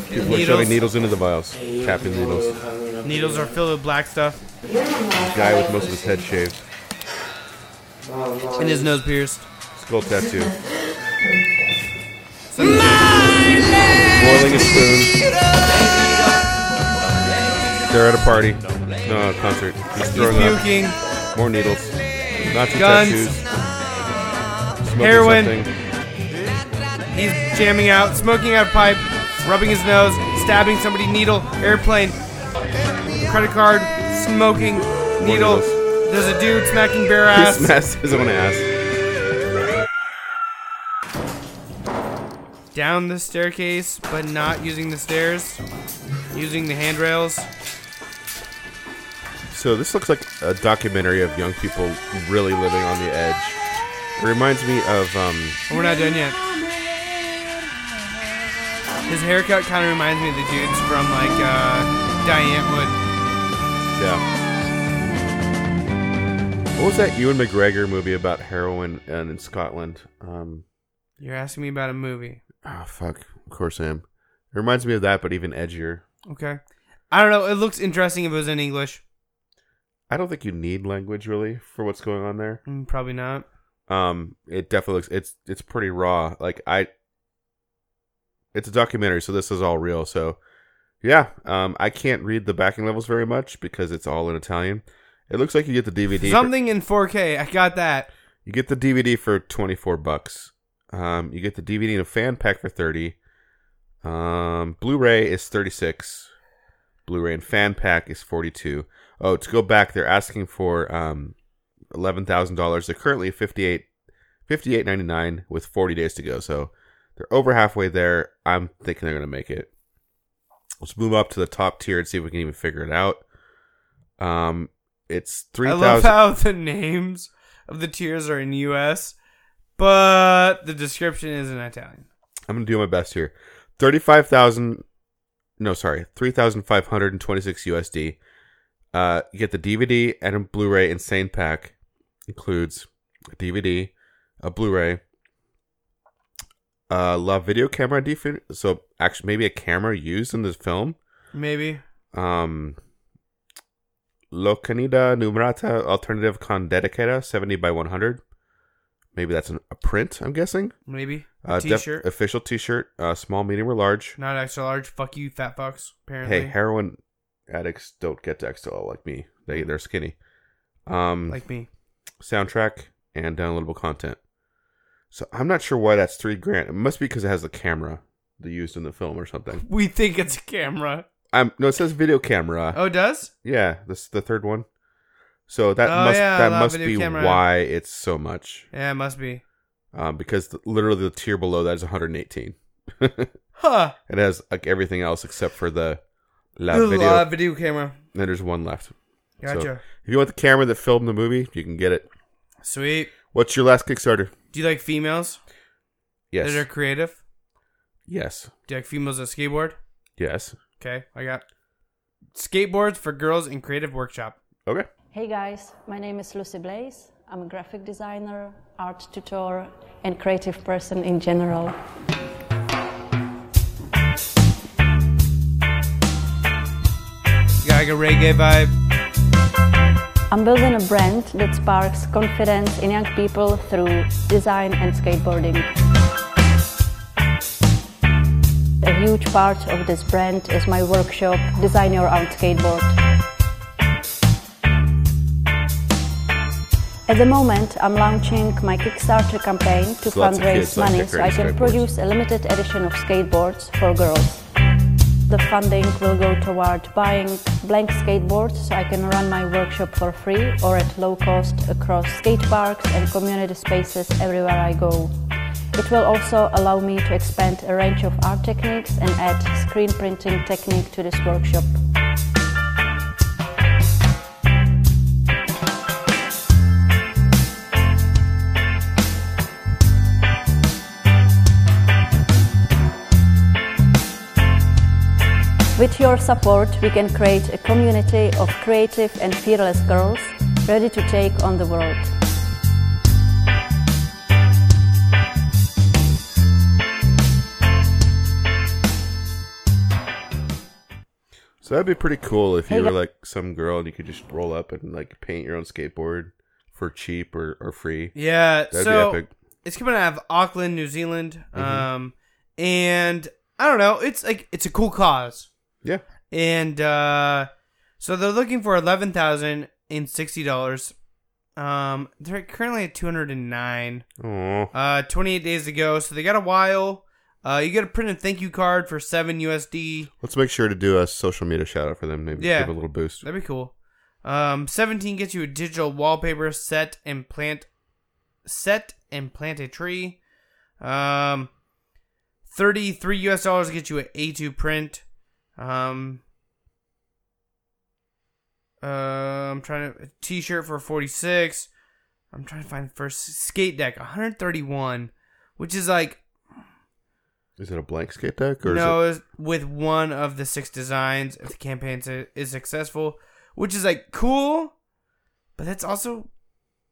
People are shoving needles into the vials, tapping needles.
Needles are filled with black stuff
Guy with most of his head shaved.
and his nose pierced.
Skull tattoo. Boiling a spoon. They're at a party. No, a concert. He's
He's
throwing up.
puking.
More needles. Nazi
Guns.
tattoos. Smoking
Heroin.
something.
He's jamming out, smoking out a pipe, rubbing his nose, stabbing somebody, needle, airplane, credit card, smoking, needle.
needles.
There's a dude smacking bare
He
ass.
smashed his own ass.
Down the staircase, but not using the stairs, using the handrails.
So this looks like a documentary of young people really living on the edge. It reminds me of um,
But we're not done yet. His haircut kind of reminds me of the dudes from like uh, Diane Wood.
yeah. What was that Ewan McGregor movie about heroin and in Scotland? Um,
You're asking me about a movie,
oh fuck, of course I am. It reminds me of that, but even edgier.
okay? I don't know. It looks interesting if it was in English.
I don't think you need language really for what's going on there.
Mm, Probably not.
um it definitely looks it's it's pretty raw like i it's a documentary so this is all real so yeah um i can't read the backing levels very much because it's all in italian it looks like you get the dvd for-
Something in 4K. I got that.
you get the dvd for 24 bucks um you get the dvd and a fan pack for 30 um blu-ray is 36 blu-ray and fan pack is 42 oh to go back they're asking for um $11000 they're currently at 58 58.99 with 40 days to go. So they're over halfway there. I'm thinking they're going to make it. Let's move up to the top tier and see if we can even figure it out. Um, it's
I love
3,000.
how the names of the tiers are in US, but the description is in Italian.
I'm going to do my best here. 35,000 No, sorry. 3,526 USD. Uh, you get the DVD and a Blu-ray insane pack. Includes a DVD, a Blu-ray, uh, la video camera dif- so actually maybe a camera used in this film.
Maybe.
Um, Locanida numerata alternative con dedicata 70 by 100. Maybe that's an, a print, I'm guessing.
Maybe. A
Uh, def-
t-shirt.
official t-shirt, uh, small, medium, or large.
not extra large. Fuck you, fat fucks, apparently.
Hey, heroin addicts don't get Dextel like me. They they're skinny. Um,
like me.
soundtrack and downloadable content. So I'm not sure why that's three grand. It must be because it has the camera they used in the film or something.
We think it's a camera.
Um, no, it says video camera.
Oh, it does?
Yeah, this is the third one. So that
Oh,
must
yeah,
that
the
must
video
be
camera.
why it's so much.
Yeah, it must be.
Um, because the, literally the tier below that is 118.
Huh.
It has like everything else except for the la
Good
video.
law, video camera.
And there's one left. So,
Gotcha.
if you want the camera that filmed the movie, you can get it.
Sweet.
What's your last Kickstarter?
Do you like females
Yes.
that are creative?
yes.
Do you like females that skateboard?
Yes.
Okay, I got skateboards for girls in creative workshop.
Okay.
Hey guys, my name is Lucy Blaze. I'm a graphic designer, art tutor, and creative person in general.
You got like a reggae vibe.
I'm building a brand that sparks confidence in young people through design and skateboarding. A huge part of this brand is my workshop, Design Your Own Skateboard. At the moment, I'm launching my Kickstarter campaign to
So lots of kids
fundraise
like
money so I
decorating
can
skateboards.
produce a limited edition of skateboards for girls. The funding will go toward buying blank skateboards so I can run my workshop for free or at low cost across skate parks and community spaces everywhere I go. It will also allow me to expand a range of art techniques and add screen printing technique to this workshop. With your support, we can create a community of creative and fearless girls ready to take on the world.
So that'd be pretty cool if you
Hey,
were
gu-
like some girl and you could just roll up and like paint your own skateboard for cheap or, or free.
Yeah,
That'd
so
be epic. Mm-hmm.
it's coming out of Auckland, New Zealand. Um, and I don't know. It's like it's a cool cause,
Yeah.
and uh, so they're looking for eleven thousand and sixty dollars. Um, they're currently at two hundred and nine.
Oh,
Uh, twenty eight days to go, so they got a while. Uh, you got to print a thank you card for seven USD.
let's make sure to do a social media shout out for them. Maybe
Yeah.
give a little boost.
That'd be cool. Um, seventeen gets you a digital wallpaper set and plant, set and plant a tree. Um, thirty-three U.S. dollars gets you an A2 print. Um, uh, I'm trying to a T-shirt for forty-six. I'm trying to find first skate deck 131, which is like
Is it a blank skate deck or
no,
is
it's with one of the six designs if the campaign su- is successful, which is like cool, but that's also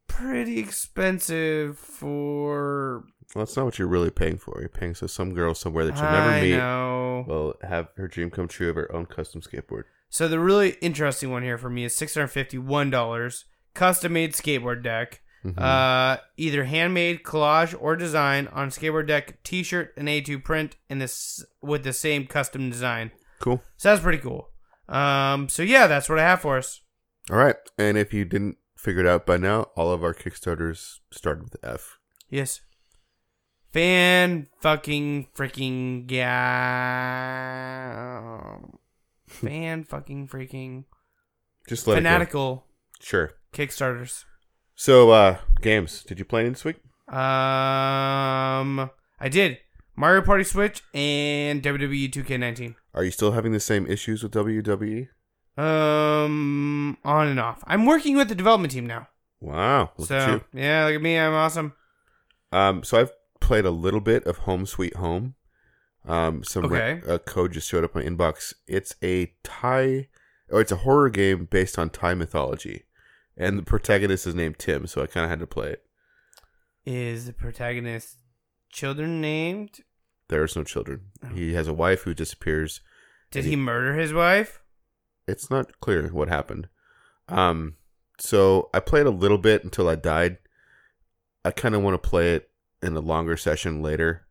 pretty expensive for.
it? Well, that's not what you're really paying for. You're paying so some girl somewhere that you'll never
I
meet
know.
will have her dream come true of her own custom skateboard.
So the really interesting one here for me is six hundred fifty-one dollars, custom-made skateboard deck,
Mm-hmm.
uh, either handmade, collage, or design on skateboard deck, T-shirt, and A two print, and this with the same custom design.
Cool.
So that's pretty cool. Um, so yeah, that's what I have for us.
All right. And if you didn't figure it out by now, all of our Kickstarters started with F.
Yes. Fan fucking freaking guy. Fan fucking freaking
Just let it
fanatical
go. Sure.
Kickstarters.
So, uh, games. Did you play any this week?
Um, I did Mario Party Switch and E WWE 2K19.
Are you still having the same issues with E? WWE?
Um, on and off. I'm working with the development team now.
Wow. Look
so
at you.
yeah, look at me. I'm awesome.
Um, so I've played a little bit of Home Sweet Home. Um, some
Okay.
a code just showed up in my inbox. It's a Thai, or it's a horror game based on Thai mythology, and the protagonist is named Tim. So I kind of had to play it.
Is the protagonist children named?
There is no children.
Oh.
He has a wife who disappears.
Did he murder his wife?
It's not clear what happened. Um, so I played a little bit until I died. I kind of want to play it in a longer session later.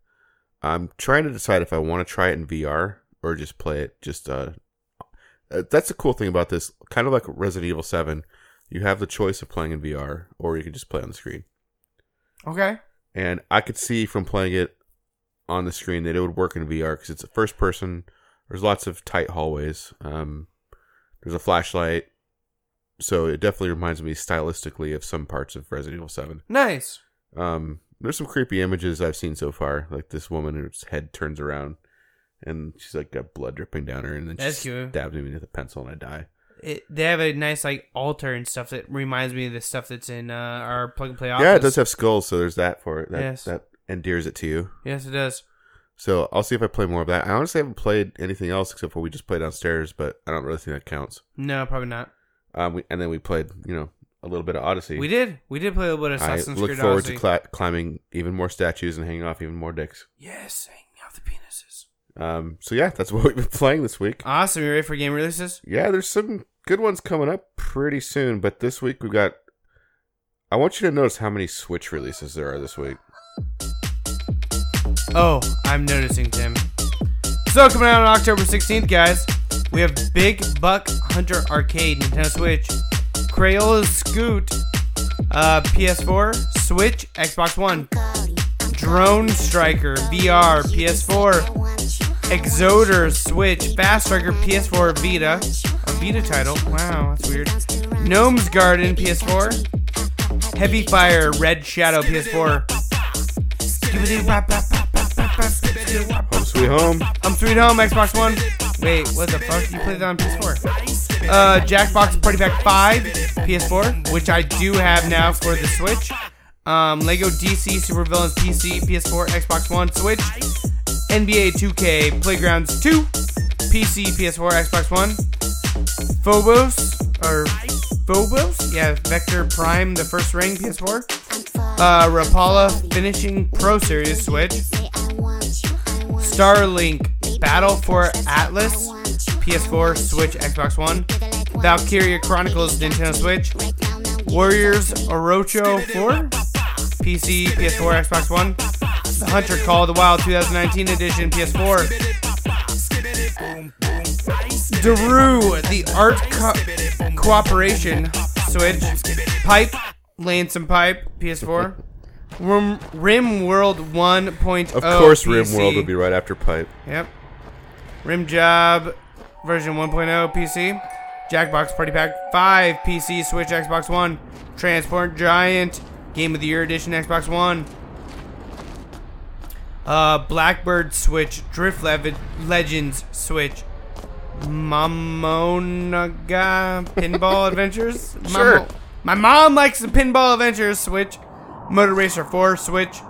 I'm trying to decide if I want to try it in VR or just play it just uh, uh that's the cool thing about this kind of like Resident Evil 7. You have the choice of playing in VR or you can just play on the screen.
Okay.
And I could see from playing it on the screen that it would work in VR because it's a first person. There's lots of tight hallways. Um, there's a flashlight. So it definitely reminds me stylistically of some parts of Resident Evil 7.
Nice.
Um, there's some creepy images I've seen so far, like this woman whose head turns around and she's like got blood dripping down her, and then
That's
she
cute.
stabs me with a pencil and I die.
it, they have a nice like altar and stuff that reminds me of the stuff that's in uh, our plug and play office.
Yeah, it does have skulls, so there's that for it. That,
Yes.
that endears it to you.
Yes, it does.
So I'll see if I play more of that. I honestly haven't played anything else except for we just played downstairs, but I don't really think that counts.
No, probably not.
Um, we, and then we played, you know, a little bit of Odyssey.
We did. We did play a little bit of
I
Assassin's
look
Creed
forward
Odyssey.
to cla- climbing even more statues and hanging off even more dicks.
yes, hanging off the penises.
Um, so yeah, that's what we've been playing this week.
Awesome. You ready for game releases?
Yeah, there's some good ones coming up pretty soon, but this week we've got. I want you to notice how many Switch releases there are this week.
Oh, I'm noticing, Tim. So coming out on October 16th, guys, we have Big Buck Hunter Arcade Nintendo Switch, Crayola Scoot, uh, PS4, Switch, Xbox One, Drone Striker VR, PS4, Exoder, Switch, Fast Striker, PS4, Vita. A Vita title. Wow, that's weird. Gnome's Garden, PS4. Heavy Fire, Red Shadow, PS4.
Home Sweet Home.
I'm Sweet Home, Xbox One. Wait, what the fuck? You played that on PS4. Uh, Jackbox Party Pack 5, PS4, which I do have now for the Switch. Um, Lego DC Super Villains PC, PS4, Xbox One, Switch. NBA 2K Playgrounds 2, PC, PS4, Xbox One. Phobos, or Phobos. Yeah, Vector Prime, the first ring, PS4. Uh, Rapala Finishing Pro Series Switch. Starlink Battle for Atlas, PS4, Switch, Xbox One. Valkyria Chronicles, Nintendo Switch. Warriors Orocho 4, PC, PS4, Xbox One. The Hunter Call of the Wild 2019 edition, PS4. Daru, the Art Co- Cooperation Switch, Pipe, Lansom Pipe, PS4, Rim, Rim World 1.0.
Of course,
PC.
RimWorld would be right after Pipe.
Yep. Rim Job version 1.0 PC. Jackbox Party Pack 5 PC, Switch, Xbox One. Transport Giant Game of the Year Edition Xbox One. Uh, Blackbird Switch, Drift Lev- Legends Switch, Mamonaga Pinball Adventures.
Sure.
Mamo- my mom likes the Pinball Adventures Switch, Motor Racer 4 Switch,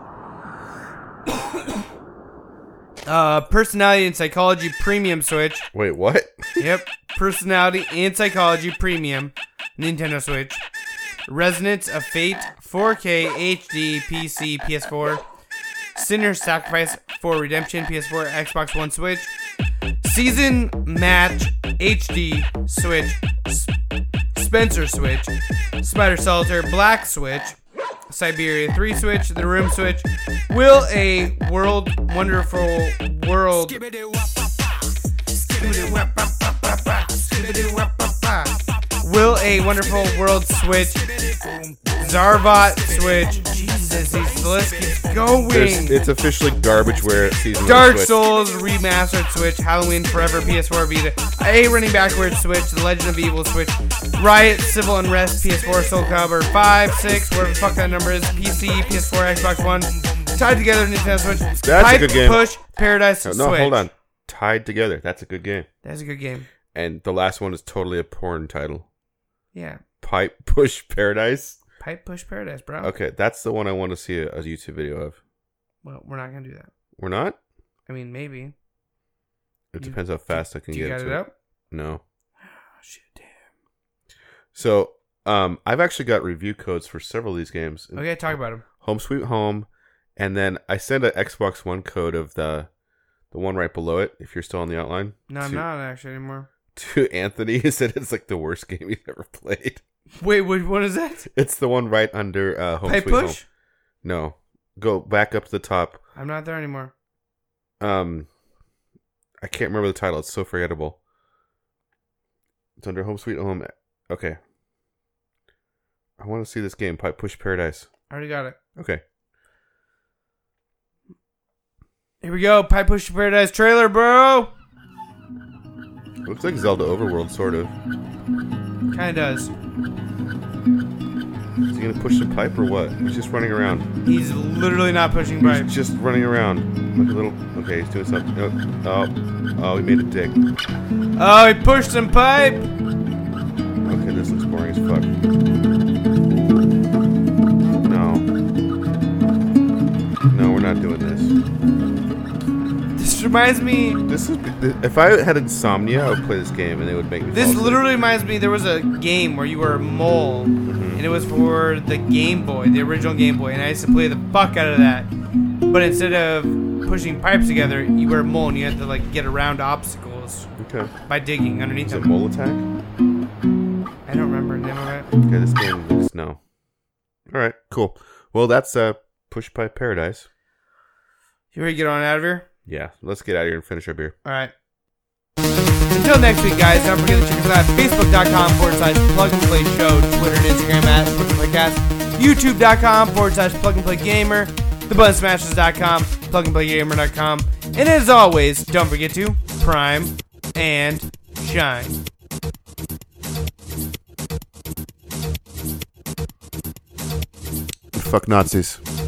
uh, Personality and Psychology Premium Switch.
Wait, what?
Yep. Personality and Psychology Premium, Nintendo Switch. Resonance of Fate, 4K HD, PC, PS4. Sinner Sacrifice for Redemption, PS4, Xbox One, Switch. Season Match HD, Switch. S- Spencer Switch. Spider Solitaire Black Switch. Siberia 3 Switch, The Room Switch. Will a World Wonderful World Will a Wonderful World Switch, Zarvat Switch, Jesus, these the list keeps going.
There's, it's officially garbageware season. one
Dark
Switch.
Souls remastered Switch, Halloween Forever PS4 Vita, A Running Backwards Switch, The Legend of Evil Switch, Riot Civil Unrest PS4 Soul Calibur 5, 6, whatever the fuck that number is, PC, PS4, Xbox One, tied together Nintendo Switch. That's
a good game.
Push Paradise
No,
Switch.
no, hold on. Tied together. That's a good game.
That's a good game.
And the last one is totally a porn title.
Yeah,
Pipe Push Paradise.
Pipe Push Paradise, bro.
Okay, that's the one I want to see a, a YouTube video of.
Well, we're not gonna do that.
We're not.
I mean, maybe.
It
You-
depends how fast I can
Do you
get
got
to
it up? Oh,
No.
shit,
So, um, I've actually got review codes for several of these games.
Okay, talk about him.
Home Sweet Home, and then I send an Xbox One code of the the one right below it. If you're still on the outline,
No,
to,
I'm not actually anymore.
To Anthony, he said it's like the worst game he's ever played.
Wait, what, what is that?
It's the one right under uh, Home
Pipe
Sweet
push?
Home. No, go back up to the top.
I'm not there anymore.
Um, I can't remember the title. It's so forgettable. It's under Home Sweet Home. Okay. I want to see this game, Pipe Push Paradise.
I already got it.
Okay.
Here we go. Pipe Push to Paradise trailer, bro.
Looks like Zelda Overworld, sort of.
Kind of does.
Is he gonna push the pipe or what? He's just running around.
He's literally not pushing pipe.
He's just running around. Like a little. Okay, he's doing something. Oh, oh, oh, he made a dick.
Oh, he pushed some pipe.
Okay, this looks boring as fuck. No. No, we're not doing this.
This reminds me.
This is. If I had insomnia, I would play this game and it would make me.
This
fall asleep.
literally reminds me. There was a game where you were a mole, and it was for the Game Boy, the original Game Boy, and I used to play the fuck out of that. But instead of pushing pipes together, you were a mole, and you had to like get around obstacles
Okay.
by digging underneath
Is it
them.
mole attack?
I don't remember the name of it.
Okay, this game looks no. All right, cool. Well, that's uh, Push Pipe Paradise.
You ready to get on out of here?
Yeah, let's get out of here and finish our beer.
All right. Until next week, guys, don't forget that you can find us at facebook.com forward slash plug and play show, Twitter and Instagram at plug and play cast, youtube.com forward slash plug and play gamer, thebuttonsmashes.com, plug and play gamer.com, and as always, don't forget to prime and shine.
Fuck Nazis.